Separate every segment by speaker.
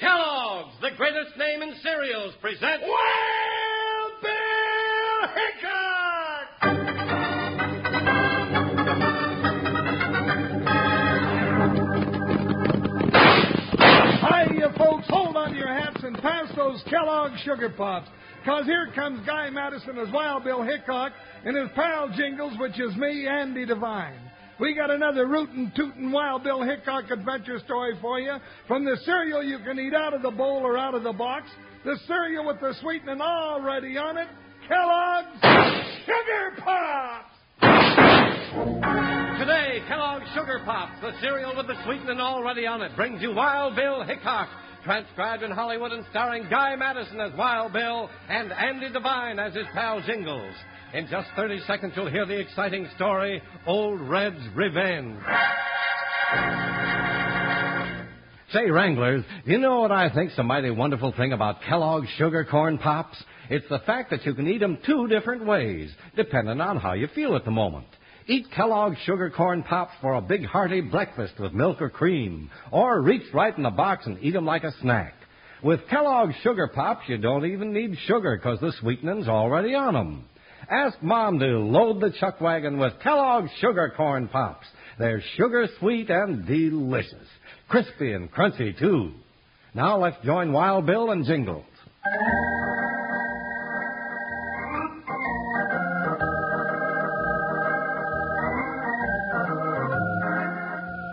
Speaker 1: Kellogg's, the greatest name in cereals, presents Wild Bill Hickok!
Speaker 2: Hi, you folks, hold on to your hats and pass those Kellogg Sugar Pops. Because here comes Guy Madison as Wild Bill Hickok and his pal Jingles, which is me, Andy Devine. We got another rootin' tootin' Wild Bill Hickok adventure story for you. From the cereal you can eat out of the bowl or out of the box, the cereal with the sweetening already on it, Kellogg's Sugar Pops!
Speaker 1: Today, Kellogg's Sugar Pops, the cereal with the sweetening already on it, brings you Wild Bill Hickok, transcribed in Hollywood and starring Guy Madison as Wild Bill and Andy Devine as his pal Jingles. In just 30 seconds, you'll hear the exciting story, Old Red's Revenge. Say, Wranglers, you know what I think's the mighty wonderful thing about Kellogg's Sugar Corn Pops? It's the fact that you can eat 'em two different ways, depending on how you feel at the moment. Eat Kellogg's Sugar Corn Pops for a big hearty breakfast with milk or cream, or reach right in the box and eat 'em like a snack. With Kellogg's Sugar Pops, you don't even need sugar 'cause the sweetening's already on 'em. Ask Mom to load the chuck wagon with Kellogg's Sugar Corn Pops. They're sugar sweet and delicious. Crispy and crunchy, too. Now let's join Wild Bill and Jingles.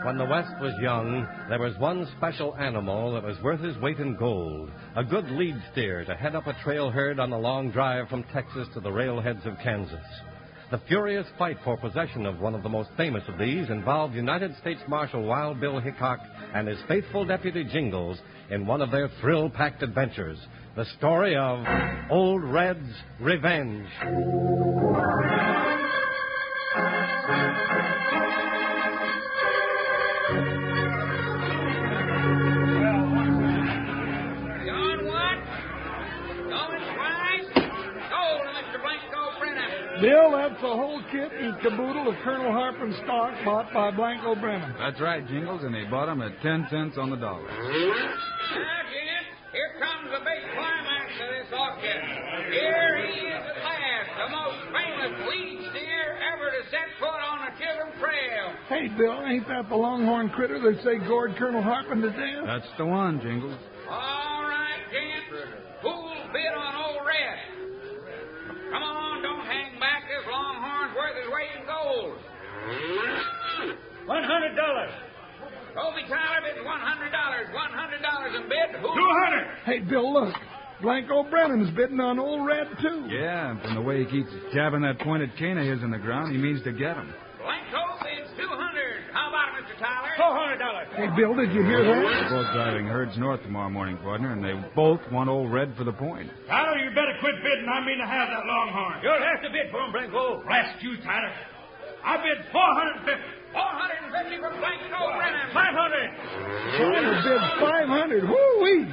Speaker 1: When the West was young, there was one special animal that was worth his weight in gold. A good lead steer to head up a trail herd on the long drive from Texas to the railheads of Kansas. The furious fight for possession of one of the most famous of these involved United States Marshal Wild Bill Hickok and his faithful deputy Jingles in one of their thrill packed adventures the story of Old Red's Revenge.
Speaker 3: Going once, going twice. Go to Mr. Blanco Brennan.
Speaker 2: Bill, that's the whole kit and caboodle of Colonel Harpen's stock bought by Blanco Brennan.
Speaker 4: That's right, Jingles, and they bought 'em at 10 cents on the dollar.
Speaker 3: Now, Jim, here comes the big climax of this auction. Here he is at last, the most famous lead steer ever to set foot on a Chisholm trail.
Speaker 2: Hey, Bill, ain't that the longhorn critter that say gored Colonel Harpen to death?
Speaker 4: That's the one, Jingles.
Speaker 3: All right, Jim, who'll bid on old Red? Come on, don't hang back. This longhorn's worth his weight in gold.
Speaker 1: One hundred dollars.
Speaker 3: Toby Tyler bids $100, $100 in bid. Who'll
Speaker 2: Hey, Bill, look. Blanco Brennan's bidding on old Red, too.
Speaker 4: Yeah, and from the way he keeps jabbing that pointed cane of his in the ground, he means to get 'em.
Speaker 3: Blanco bids 200. How about it, Mr. Tyler?
Speaker 1: hundred dollars.
Speaker 2: Hey, Bill, did you hear that?
Speaker 4: They're both driving herds north tomorrow morning, partner, and they both want old red for the point.
Speaker 5: Tyler, you better quit bidding. I mean to have that longhorn.
Speaker 1: You'll have to bid for him, Blanco.
Speaker 5: Blast you, Tyler. I bid 450.
Speaker 3: 450 for Blanco Brennan.
Speaker 5: 500.
Speaker 2: Brennan bid 500. Woo-wee.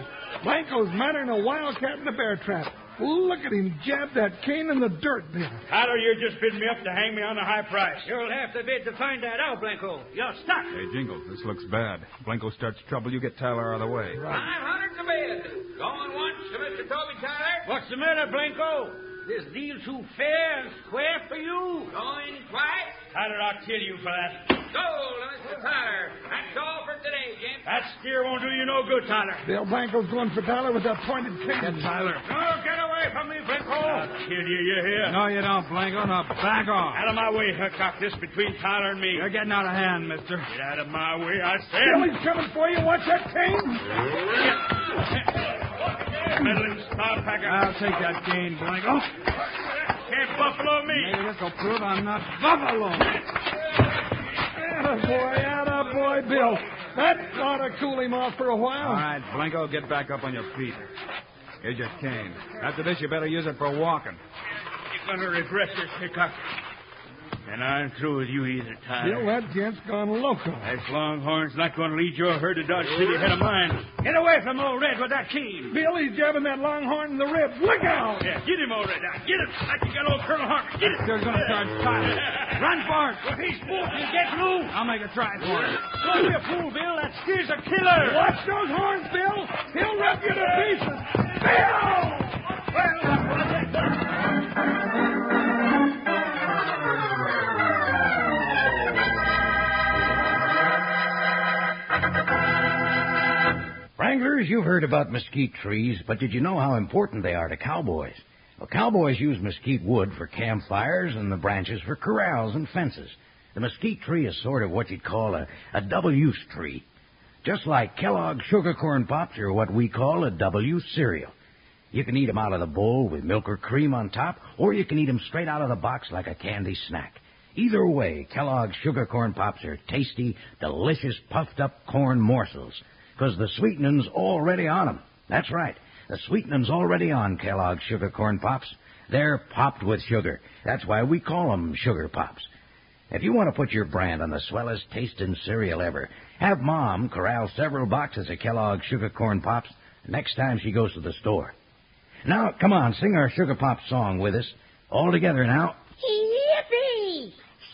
Speaker 2: Blanco's madder than a wildcat in a bear trap. Look at him jab that cane in the dirt, Bill.
Speaker 5: Tyler, you're just bidding me up to hang me on a high price.
Speaker 3: You'll have to bid to find that out, Blanco. You're stuck.
Speaker 4: Hey, Jingles, this looks bad. Blanco starts trouble, you get Tyler out of the way.
Speaker 3: 500 to bid. Going once to Mr. Toby Tyler.
Speaker 5: What's the matter, Blanco? This deal too fair and square for you.
Speaker 3: Going twice.
Speaker 5: Tyler, I'll kill you for that.
Speaker 3: Go to Mr. Tyler. That's all for today, Jim.
Speaker 5: That steer won't do you no good, Tyler.
Speaker 2: Bill Blanco's going for Tyler with that pointed cane.
Speaker 4: Tyler.
Speaker 5: No, get away from me, Blanco. I'll kill you. You're here.
Speaker 4: No, you don't, Blanco. Now back off.
Speaker 5: Out of my way, Hickok. This between Tyler and me.
Speaker 4: You're getting out of hand, mister.
Speaker 5: Get out of my way, I
Speaker 2: Bill,
Speaker 5: said.
Speaker 2: he's coming for you. Watch that cane.
Speaker 5: Meddling starpacker.
Speaker 4: I'll take that cane,
Speaker 5: Oh.
Speaker 4: Blanco.
Speaker 5: Can't buffalo me.
Speaker 4: Maybe this will prove I'm not buffalo.
Speaker 2: Atta boy, atta boy, Bill. That ought to cool him off for a while.
Speaker 3: All right, Blanco, get back up on your feet. Here's your cane. After this, you better use it for walking.
Speaker 5: You're going to regret this, Hickok. And I'm through with you either,
Speaker 2: Bill,
Speaker 5: Tyler.
Speaker 2: that gent's gone loco.
Speaker 5: That longhorn's not going to lead your herd to Dodge City ahead of mine. Get away from old Red with that cane.
Speaker 2: Bill, he's jabbing that longhorn in the ribs. Look out!
Speaker 5: Yeah, get him, old Red. Now, Get him. Like you got old Colonel Harper. Get him.
Speaker 3: They're gonna charge Tyler.
Speaker 5: Run for it. If he's fooled, you get loose.
Speaker 3: I'll make a try for it.
Speaker 5: Don't be a fool, Bill. That steer's a killer.
Speaker 2: Watch those horns, Bill. He'll rip you to pieces. Bill!
Speaker 4: Wranglers, you've heard about mesquite trees, but did you know how important they are to cowboys? Well, cowboys use mesquite wood for campfires and the branches for corrals and fences. The mesquite tree is sort of what you'd call a, a double-use tree. Just like Kellogg's sugar corn pops are what we call a double-use cereal. You can eat 'em out of the bowl with milk or cream on top, or you can eat 'em straight out of the box like a candy snack. Either way, Kellogg's Sugar Corn Pops are tasty, delicious, puffed up corn morsels. 'Cause the sweetening's already on 'em. That's right. The sweetening's already on Kellogg's Sugar Corn Pops. They're popped with sugar. That's why we call 'em Sugar Pops. If you want to put your brand on the swellest tasting cereal ever, have Mom corral several boxes of Kellogg's Sugar Corn Pops next time she goes to the store. Now, come on, sing our Sugar Pop song with us. All together now.
Speaker 6: Yippee!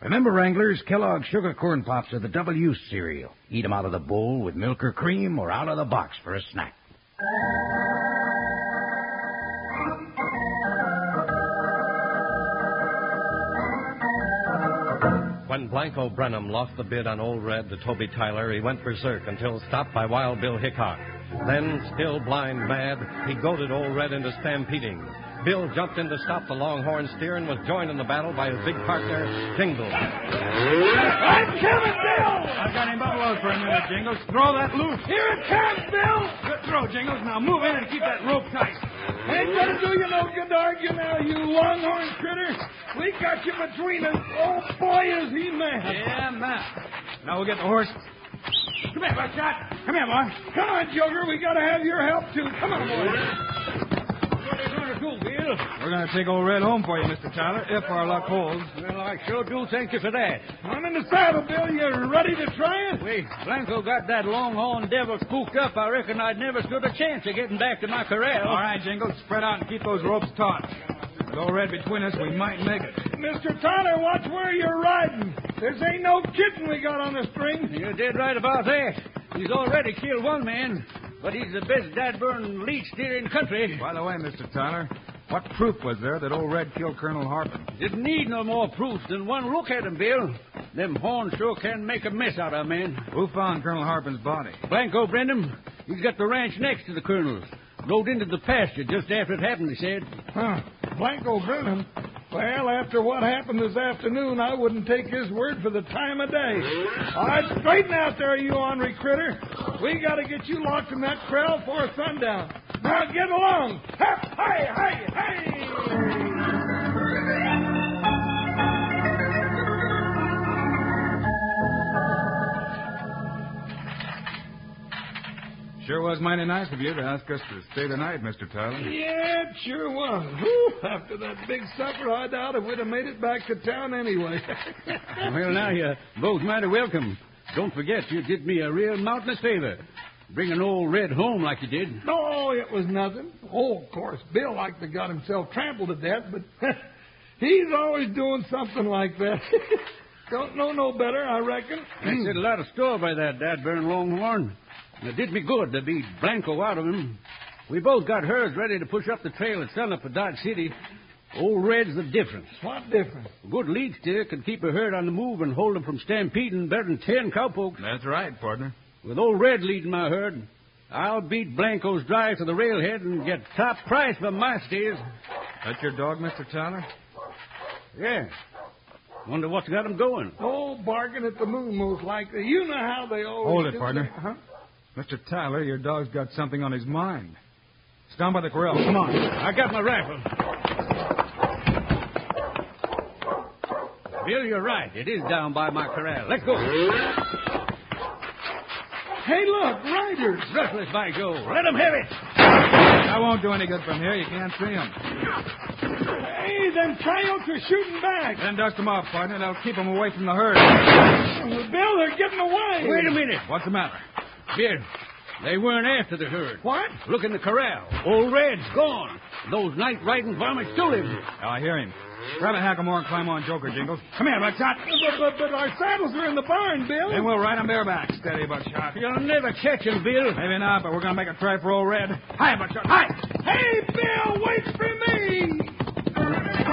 Speaker 4: Remember, Wranglers, Kellogg's Sugar Corn Pops are the double use cereal. Eat 'em out of the bowl with milk or cream or out of the box for a snack.
Speaker 1: When Blanco Brenham lost the bid on Old Red to Toby Tyler, he went berserk until stopped by Wild Bill Hickok. Then, still blind mad, he goaded Old Red into stampeding. Bill jumped in to stop the longhorn steer and was joined in the battle by his big partner, Jingle.
Speaker 2: I'm coming, Bill!
Speaker 3: I've got him buffaloed for a minute, Jingles. Throw that loose.
Speaker 2: Here it comes, Bill!
Speaker 3: Good throw, Jingles. Now move in and keep that rope tight.
Speaker 2: Ain't gonna do you no good to argue now, you longhorn critter. We got you between us. Oh, boy, is he mad.
Speaker 3: Yeah, man. Now we'll get the horse. Come here, Buckshot. Come here, boy.
Speaker 2: Come on, Joker. We gotta have your help, too. Come on, boy.
Speaker 5: What are you going to do, Bill?
Speaker 3: We're going to take old Red home for you, Mr. Tyler, if our luck holds.
Speaker 5: Well, I sure do thank you for that.
Speaker 2: I'm in the saddle, Bill. You ready to try it?
Speaker 5: Wait, Blanco got that longhorn devil spooked up. I reckon I'd never stood a chance of getting back to my corral.
Speaker 3: All right, Jingles, spread out and keep those ropes taut. With old Red between us, we might make it.
Speaker 2: Mr. Tyler, watch where you're riding. This ain't no kitten we got on the string.
Speaker 5: You're dead right about that. He's already killed one man, but he's the best dadburn leech steer in the country.
Speaker 3: By the way, Mr. Tyler, what proof was there that old Red killed Colonel Harper?
Speaker 5: Didn't need no more proof than one look at him, Bill. Them horns sure can make a mess out of a man.
Speaker 3: Who found Colonel Harper's body?
Speaker 5: Blanco Brenham, he's got the ranch next to the colonel's. Rode into the pasture just after it happened, he said.
Speaker 2: Huh. Blanco Brenham. Well, after what happened this afternoon, I wouldn't take his word for the time of day. All right, straighten out there, you ornery critter. We gotta get you locked in that corral before sundown. Now get along. Hep, hey, hey, hey!
Speaker 3: Sure was mighty nice of you to ask us to stay the night, Mr. Tyler.
Speaker 2: Yeah, it sure was. Whew, after that big supper, I doubt if we'd have made it back to town anyway.
Speaker 5: Well, now you're both mighty welcome. Don't forget, you did me a real mountainous favor. Bringing old Red home like you did.
Speaker 2: No, it was nothing. Oh, of course, Bill like to got himself trampled to death, but he's always doing something like that. Don't know no better, I reckon. Hmm.
Speaker 5: I set a lot of store by that dadburn longhorn. And it did me good to beat Blanco out of him. We both got herds ready to push up the trail at sunup for Dodge City. Old Red's the difference.
Speaker 2: What difference?
Speaker 5: A good lead steer can keep a herd on the move and hold 'em from stampeding better than ten cowpokes.
Speaker 3: That's right, partner.
Speaker 5: With old Red leading my herd, I'll beat Blanco's drive to the railhead and get top price for my steers.
Speaker 4: That your dog, Mr. Tyler?
Speaker 5: Yeah. Wonder what's got 'em going.
Speaker 2: Oh, bargain at the moon, most likely. You know how they always
Speaker 4: Hold it,
Speaker 2: do
Speaker 4: partner.
Speaker 2: that, Huh?
Speaker 4: Mr. Tyler, your dog's got something on his mind. It's down by the corral. Come on.
Speaker 5: I got my rifle. Bill, you're right. It is down by my corral. Let's go.
Speaker 2: Hey, look, riders.
Speaker 5: Ruthless by Joe. Let 'em have it.
Speaker 4: I won't do any good from here. You can't see him.
Speaker 2: Hey, them coyotes are shooting back.
Speaker 4: Then dust him off, partner. and That'll keep him away from the herd.
Speaker 2: Bill, they're getting away.
Speaker 5: Wait a minute.
Speaker 4: What's the matter?
Speaker 5: Bill, they weren't after the herd.
Speaker 2: What?
Speaker 5: Look in the corral. Old Red's gone. Those night riding varmints still live here.
Speaker 4: Oh, I hear him. Grab a hackamore and climb on Joker, Jingles. Come here, Buckshot.
Speaker 2: But, but, but our saddles are in the barn, Bill.
Speaker 4: Then we'll ride him bareback. Steady, Buckshot.
Speaker 5: You'll never catch him, Bill.
Speaker 4: Maybe not, but we're going to make a try for old Red. Hi, Buckshot. Hi.
Speaker 2: Hey, Bill, wait for me.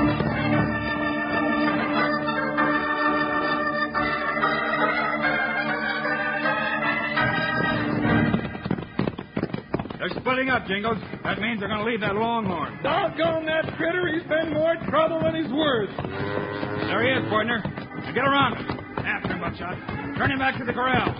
Speaker 4: They're splitting up, Jingles. That means they're going to leave that longhorn.
Speaker 2: Doggone that critter. He's been more trouble than he's worth.
Speaker 4: There he is, partner. Now get around him. After him, Buckshot. Turn him back to the corral.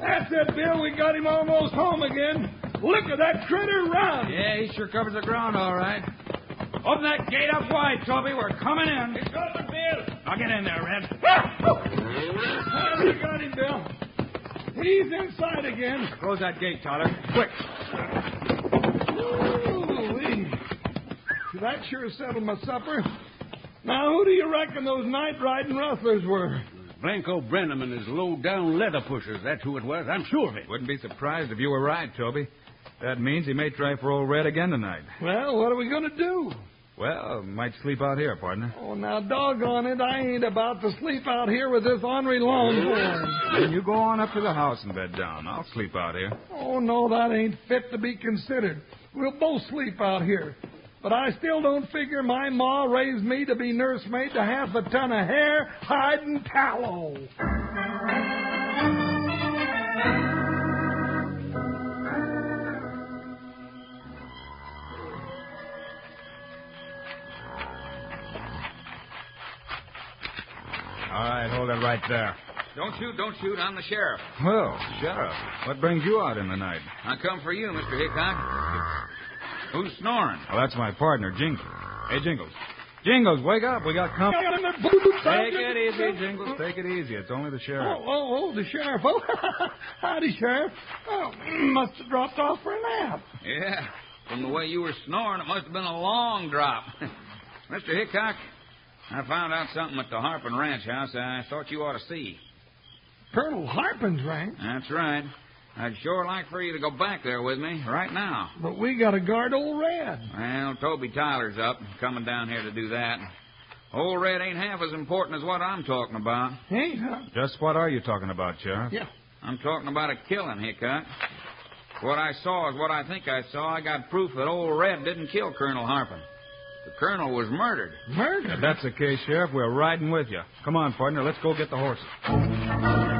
Speaker 2: That's it, Bill. We got him almost home again. Look at that critter run.
Speaker 4: Yeah, he sure covers the ground all right. Open that gate up wide, Toby. We're coming in. It's open, Bill. Now get in there, Red.
Speaker 2: Oh, we got him, Bill. He's inside again.
Speaker 4: Close that gate, Tyler. Quick.
Speaker 2: Ooh-wee. That sure settled my supper. Now, who do you reckon those night riding rustlers were?
Speaker 5: Blanco Brenham and his low down leather pushers. That's who it was. I'm sure of it.
Speaker 4: Wouldn't be surprised if you were right, Toby. That means he may try for old Red again tonight.
Speaker 2: Well, what are we going to do?
Speaker 4: Well, might sleep out here, partner.
Speaker 2: Oh, now, doggone it, I ain't about to sleep out here with this ornery longhorn.
Speaker 4: Then you go on up to the house and bed down. I'll sleep out here.
Speaker 2: Oh, no, that ain't fit to be considered. We'll both sleep out here. But I still don't figure my ma raised me to be nursemaid to half a ton of hair, hide, and tallow.
Speaker 4: All right, hold it right there.
Speaker 3: Don't shoot, don't shoot. I'm the sheriff.
Speaker 4: Well, Sheriff, what brings you out in the night?
Speaker 3: I come for you, Mr. Hickok. Who's snoring?
Speaker 4: Well, that's my partner, Jingles. Hey, Jingles. Jingles, wake up. We got company.
Speaker 2: Got 'em in boots, I
Speaker 4: Take
Speaker 2: just-
Speaker 4: it easy, Jingles. Take it easy. It's only the sheriff.
Speaker 2: Oh, oh, oh, the sheriff. Oh, howdy, sheriff. Oh, must have dropped off for a nap.
Speaker 3: Yeah. From the way you were snoring, it must have been a long drop. Mr. Hickok, I found out something at the Harpin Ranch house I thought you ought to see.
Speaker 2: Colonel Harpin's rank,
Speaker 3: That's right. I'd sure like for you to go back there with me right now.
Speaker 2: but we got to guard old Red.
Speaker 3: Well, Toby Tyler's up and coming down here to do that. Old Red ain't half as important as what I'm talking about.
Speaker 2: Hey, huh?
Speaker 4: Just what are you talking about, Sheriff?
Speaker 2: Yeah.
Speaker 3: I'm talking about a killing, Hickok. What I saw is what I think I saw. I got proof that old Red didn't kill Colonel Harpin. The colonel was murdered.
Speaker 4: If
Speaker 2: Murder.
Speaker 4: that's the case, Sheriff, we're riding with you. Come on, partner. Let's go get the horses.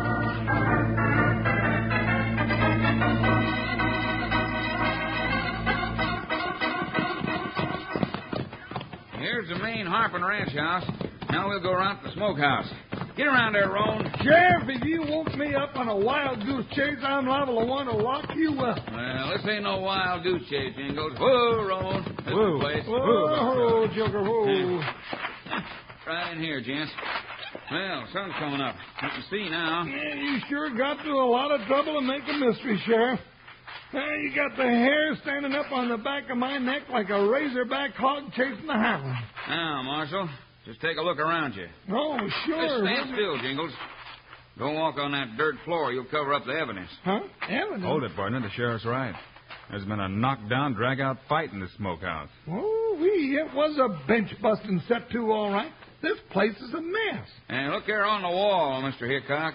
Speaker 3: Here's the main Harpin Ranch house. Now we'll go around to the smokehouse. Get around there, Roan.
Speaker 2: Sheriff, if you woke me up on a wild goose chase, I'm liable to want to lock you up.
Speaker 3: Well, this ain't no wild goose chase, Jingles. Whoa, Roan. This is the
Speaker 4: Whoa.
Speaker 3: place.
Speaker 2: Whoa, Joker, Oh, whoa.
Speaker 3: Right in here, gents. Well, sun's coming up. You can see now.
Speaker 2: Yeah, you sure got through a lot of trouble to make a mystery, Sheriff. Now you got the hair standing up on the back of my neck like a razorback hog chasing a hound.
Speaker 3: Now, Marshal, just take a look around you.
Speaker 2: Oh,
Speaker 3: Just
Speaker 2: sure.
Speaker 3: stand still, Jingles. Don't walk on that dirt floor. You'll cover up the evidence.
Speaker 2: Huh? Evidence.
Speaker 4: Hold it, partner. The sheriff's right. There's been a knockdown, drag-out fight in the smokehouse.
Speaker 2: Oh, we, it was a bench busting set to, all right. This place is a mess.
Speaker 3: And look there on the wall, Mr. Hickok.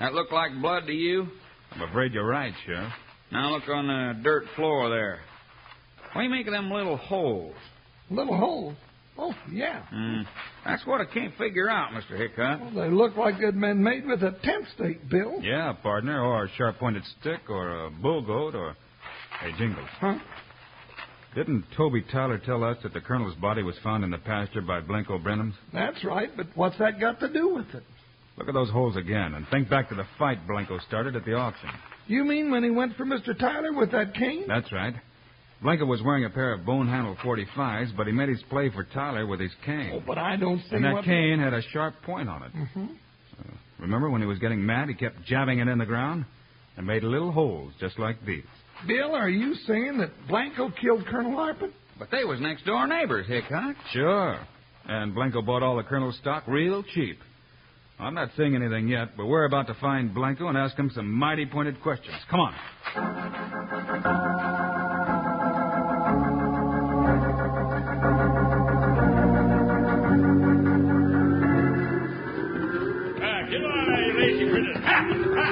Speaker 3: That looked like blood to you?
Speaker 4: I'm afraid you're right, Sheriff.
Speaker 5: Now look on the dirt floor there. What do you make of them little holes?
Speaker 2: Little hole. Oh, yeah.
Speaker 5: Hmm. That's what I can't figure out, Mr. Hickok.
Speaker 2: Well, they look like they'd been made with a tent stake, Bill.
Speaker 7: Yeah, partner, or a sharp pointed stick, or a bull goat, or. Hey, Jingles.
Speaker 2: Huh?
Speaker 7: Didn't Toby Tyler tell us that the colonel's body was found in the pasture by Blanco Brenham's?
Speaker 2: That's right, but what's that got to do with it?
Speaker 7: Look at those holes again and think back to the fight Blanco started at the auction.
Speaker 2: You mean when he went for Mr. Tyler with that cane?
Speaker 7: That's right. Blanco was wearing a pair of bone handle 45s, but he made his play for Tyler with his cane.
Speaker 2: Oh, but I don't see
Speaker 7: and that
Speaker 2: what.
Speaker 7: cane had a sharp point on it. Uh,
Speaker 2: hmm
Speaker 7: Remember when he was getting mad, he kept jabbing it in the ground and made little holes just like these.
Speaker 2: Bill, are you saying that Blanco killed Colonel Arpin?
Speaker 5: But they was next door neighbors, Hickok.
Speaker 7: Sure. And Blanco bought all the colonel's stock real cheap. I'm not saying anything yet, but we're about to find Blanco and ask him some mighty pointed questions. Come on.
Speaker 5: Ah, get on there, lazy critters. Ha! Ha!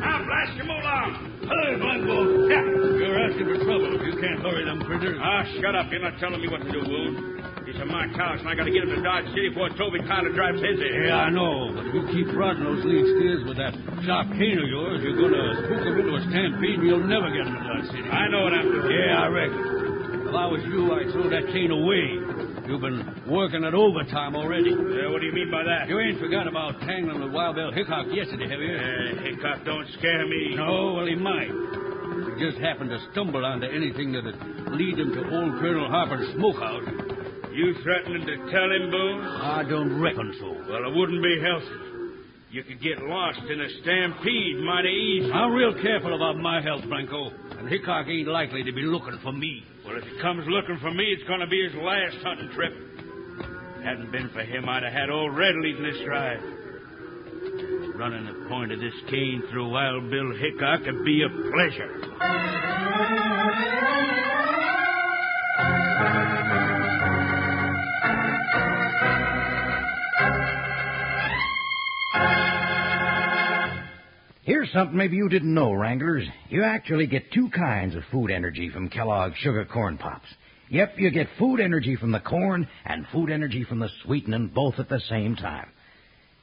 Speaker 5: I'll blast you along. Hurry, Blanco. Yeah. You're asking for trouble if you can't hurry them critters. Ah, shut up. You're not telling me what to do, Boone. These are my cows, and I gotta get them to Dodge City before Toby Tyler drives his in.
Speaker 8: Yeah, I know, but if you keep prodding those lead steers with that sharp cane of yours, you're going to spook them into a stampede and you'll never get them to Dodge City.
Speaker 5: I know what I'm doing.
Speaker 8: Yeah, I reckon. If I was you, I'd throw that cane away. You've been working at overtime already.
Speaker 5: Yeah, Uh, what do you mean by that?
Speaker 8: You ain't forgot about tangling with Wild Bill Hickok yesterday, have you?
Speaker 5: Uh, Hickok, don't scare me.
Speaker 8: No, well, he might. He just happened to stumble onto anything that'd lead him to old Colonel Harper's smokehouse.
Speaker 5: You threatening to tell him, Boone?
Speaker 8: I don't reckon so.
Speaker 5: Well, it wouldn't be healthy. You could get lost in a stampede mighty easy.
Speaker 8: I'm real careful about my health, Blanco. And Hickok ain't likely to be looking for me.
Speaker 5: Well, if he comes looking for me, it's going to be his last hunting trip. Hadn't been for him, I'd have had old Red leading this ride. Running the point of this cane through Wild Bill Hickok would be a pleasure.
Speaker 4: Here's something maybe you didn't know, Wranglers. You actually get two kinds of food energy from Kellogg's Sugar Corn Pops. Yep, you get food energy from the corn and food energy from the sweetening both at the same time.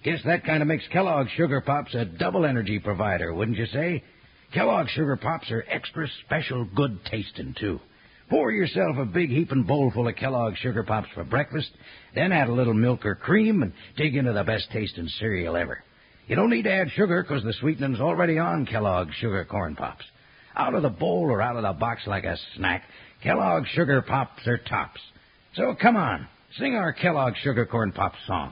Speaker 4: Guess that kind of makes Kellogg's Sugar Pops a double energy provider, wouldn't you say? Kellogg's Sugar Pops are extra special good tasting, too. Pour yourself a big heaping bowl full of Kellogg's Sugar Pops for breakfast, then add a little milk or cream and dig into the best tasting cereal ever. You don't need to add sugar 'cause the sweetening's already on Kellogg's Sugar Corn Pops. Out of the bowl or out of the box like a snack, Kellogg's Sugar Pops are tops. So come on, sing our Kellogg's Sugar Corn Pops song.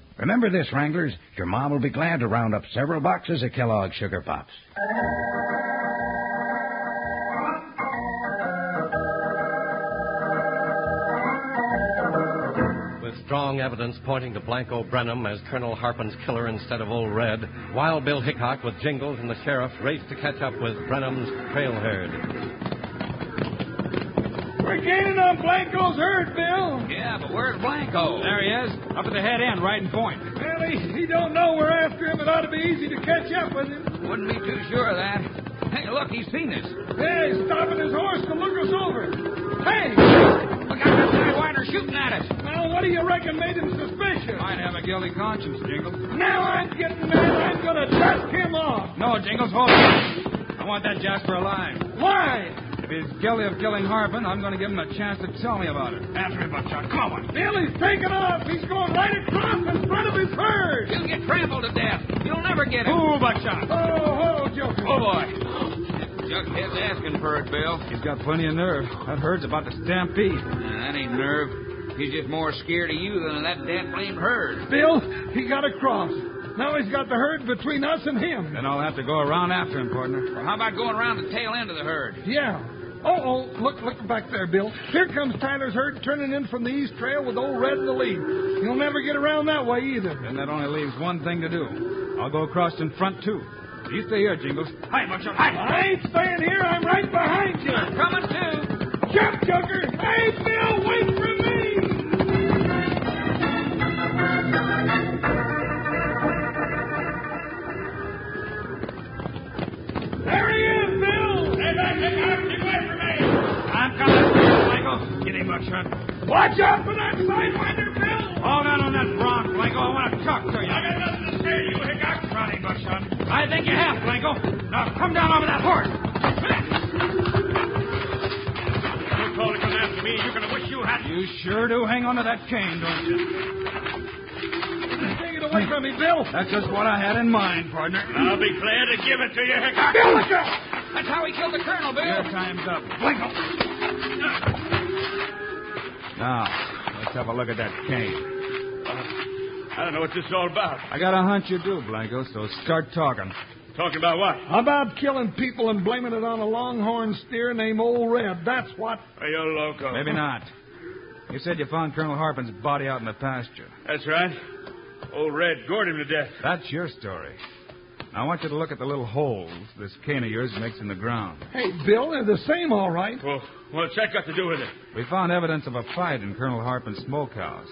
Speaker 4: Remember this, Wranglers. Your mom will be glad to round up several boxes of Kellogg's Sugar Pops.
Speaker 1: With strong evidence pointing to Blanco Brenham as Colonel Harpin's killer instead of Old Red, Wild Bill Hickok with Jingles and the sheriff raced to catch up with Brenham's trail herd.
Speaker 2: We're gaining on Blanco's herd, Bill.
Speaker 5: Yeah, but where's Blanco? There he is, up at the head end, right in point.
Speaker 2: Well, he, he don't know we're after him. It ought to be easy to catch up with him.
Speaker 5: Wouldn't be too sure of that. Hey, look, he's seen us.
Speaker 2: Hey, he's stopping his horse to look us over. Hey,
Speaker 5: Look out, that sidewinder shooting at us.
Speaker 2: now what do you reckon made him suspicious?
Speaker 5: Might have a guilty conscience, Jingles.
Speaker 2: Now I'm getting mad. I'm gonna dust him off.
Speaker 5: No, Jingles, hold on. I want that Jasper alive.
Speaker 2: Why?
Speaker 5: If he's guilty of killing Harpin, I'm going to give him a chance to tell me about it. After him, Buckshot. Come on.
Speaker 2: Bill, he's taking off. He's going right across in front of his herd.
Speaker 5: You'll get trampled to death. You'll never get him. Ooh, Buckshot.
Speaker 2: Oh, hold, Joker.
Speaker 5: Oh, boy. Jughead's asking for it, Bill. He's got plenty of nerve. That herd's about to stampede. that ain't nerve. He's just more scared of you than of that damn blamed herd.
Speaker 2: Bill, he got across. Now he's got the herd between us and him.
Speaker 4: Then I'll have to go around after him, partner.
Speaker 9: Well, how about going around the tail end of the herd?
Speaker 2: Yeah. Oh, oh, look, look back there, Bill. Here comes Tyler's herd turning in from the east trail with old Red in the lead. He'll never get around that way either.
Speaker 4: Then that only leaves one thing to do. I'll go across in front, too. You stay here, Jingles. Hi, Marshal.
Speaker 2: I ain't staying here. I'm right behind you.
Speaker 9: I'm coming too.
Speaker 2: Jump, Joker. Hey, Bill, wait for me.
Speaker 5: There he is, Bill! Hey, back, get out of Get away from me! I'm coming, Michael. Get him, Buckshot. Watch out for that sidewinder, Bill! Hold on on that bronc, Blanco. I want to talk to you. I got nothing to say to you, Hickok. Ronnie Buckshot. I think you have, Blanco. Now come down over that horse. Don't call to come after me. You're going to wish you hadn't.
Speaker 4: You sure do hang on to that cane, don't you?
Speaker 2: Take it away from me, Bill.
Speaker 4: That's just what I had in mind, partner.
Speaker 5: I'll be glad to give it to you, Hickok.
Speaker 9: That's how he killed the colonel, Bill.
Speaker 4: Your time's up. Blanco! Now, let's have a look at that cane.
Speaker 5: I don't know what this is all about.
Speaker 4: I got a hunch you do, Blanco, so start talking.
Speaker 5: Talking about what?
Speaker 2: How about killing people and blaming it on a longhorn steer named Old Red? That's what.
Speaker 5: Are you loco?
Speaker 4: Maybe not. You said you found Colonel Harpin's body out in the pasture.
Speaker 5: That's right. Old Red gored him to death.
Speaker 4: That's your story. Now, I want you to look at the little holes this cane of yours makes in the ground.
Speaker 2: Hey, Bill, they're the same, all right.
Speaker 5: Well, what's that got to do with it?
Speaker 4: We found evidence of a fight in Colonel Harpin's smokehouse,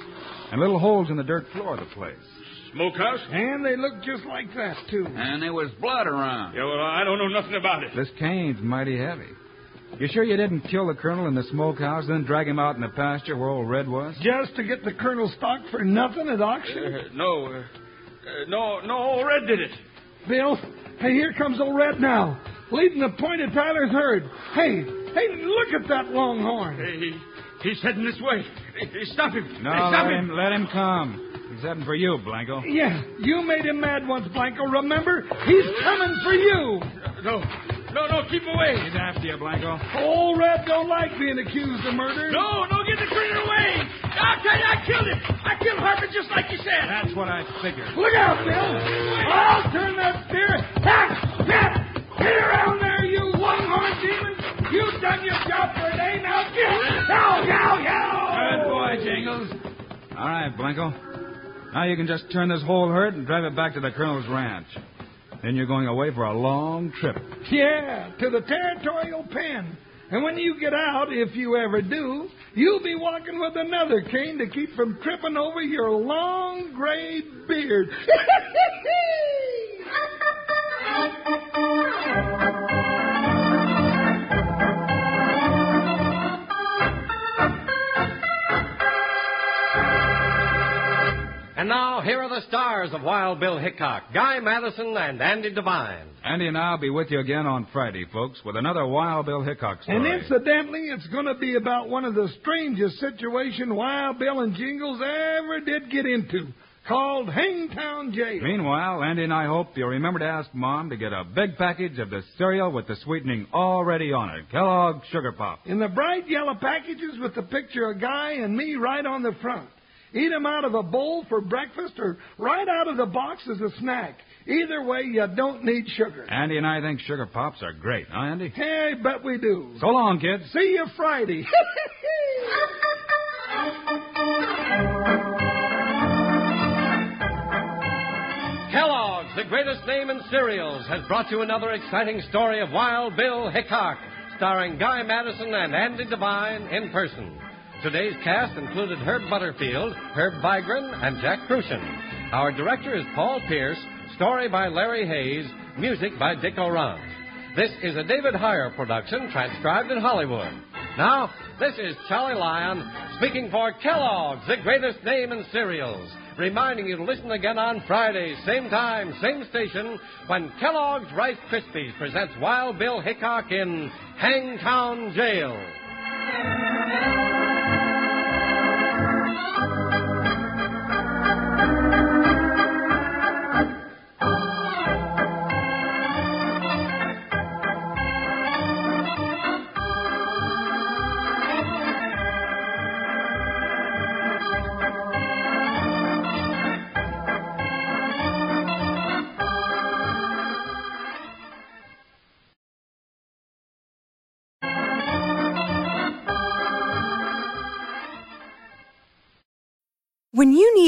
Speaker 4: and little holes in the dirt floor of the place.
Speaker 5: Smokehouse?
Speaker 2: And they look just like that, too.
Speaker 9: And there was blood around.
Speaker 5: Yeah, well, I don't know nothing about it.
Speaker 4: This cane's mighty heavy. You sure you didn't kill the colonel in the smokehouse, then drag him out in the pasture where old Red was?
Speaker 2: Just to get the Colonel stock for nothing at auction?
Speaker 5: Uh, no, uh, uh, no, no, old Red did it.
Speaker 2: Bill, hey, here comes old Red now, leading the point of Tyler's herd. Hey, hey, look at that longhorn.
Speaker 5: He, he's heading this way. Hey, Stop him.
Speaker 4: No,
Speaker 5: Hey,
Speaker 4: let
Speaker 5: stop
Speaker 4: him, let him come. He's heading for you, Blanco.
Speaker 2: Yeah, you made him mad once, Blanco, remember? He's coming for you.
Speaker 5: No, no, no, keep away.
Speaker 4: He's after you, Blanco.
Speaker 2: Old Red don't like being accused of murder.
Speaker 5: No, no, get the critter away. I'll tell you, I killed him. I killed Harper just like you said.
Speaker 4: That's what I figured.
Speaker 2: Look out, Bill! I'll turn that steer. Ha! Ha! Get around there, you longhorn demon! You've done your job for a day, now get Yow, yow, yow!
Speaker 4: Good boy, Jingles. All right, Blanco. Now you can just turn this whole herd and drive it back to the colonel's ranch. Then you're going away for a long trip.
Speaker 2: Yeah, to the territorial pen. And when you get out, if you ever do, you'll be walking with another cane to keep from tripping over your long gray beard.
Speaker 1: And now, here are the stars of Wild Bill Hickok, Guy Madison, and Andy Devine.
Speaker 4: Andy and I'll be with you again on Friday, folks, with another Wild Bill Hickok story.
Speaker 2: And incidentally, it's going to be about one of the strangest situations Wild Bill and Jingles ever did get into, called Hangtown Jail.
Speaker 4: Meanwhile, Andy and I hope you'll remember to ask Mom to get a big package of the cereal with the sweetening already on it Kellogg's Sugar Pop.
Speaker 2: In the bright yellow packages with the picture of Guy and me right on the front. Eat 'em out of a bowl for breakfast or right out of the box as a snack. Either way, you don't need sugar.
Speaker 4: Andy and I think Sugar Pops are great, huh, Andy?
Speaker 2: Hey, bet we do.
Speaker 4: So long, kids.
Speaker 2: See you Friday.
Speaker 1: Kellogg's, the greatest name in cereals, has brought you another exciting story of Wild Bill Hickok, starring Guy Madison and Andy Devine in person. Today's cast included Herb Butterfield, Herb Vigran, and Jack Crucian. Our director is Paul Pierce, story by Larry Hayes, music by Dick Oran. This is a David Heyer production transcribed in Hollywood. Now, this is Charlie Lyon speaking for Kellogg's, the greatest name in cereals, reminding you to listen again on Friday, same time, same station, when Kellogg's Rice Krispies presents Wild Bill Hickok in Hangtown Jail.
Speaker 10: When you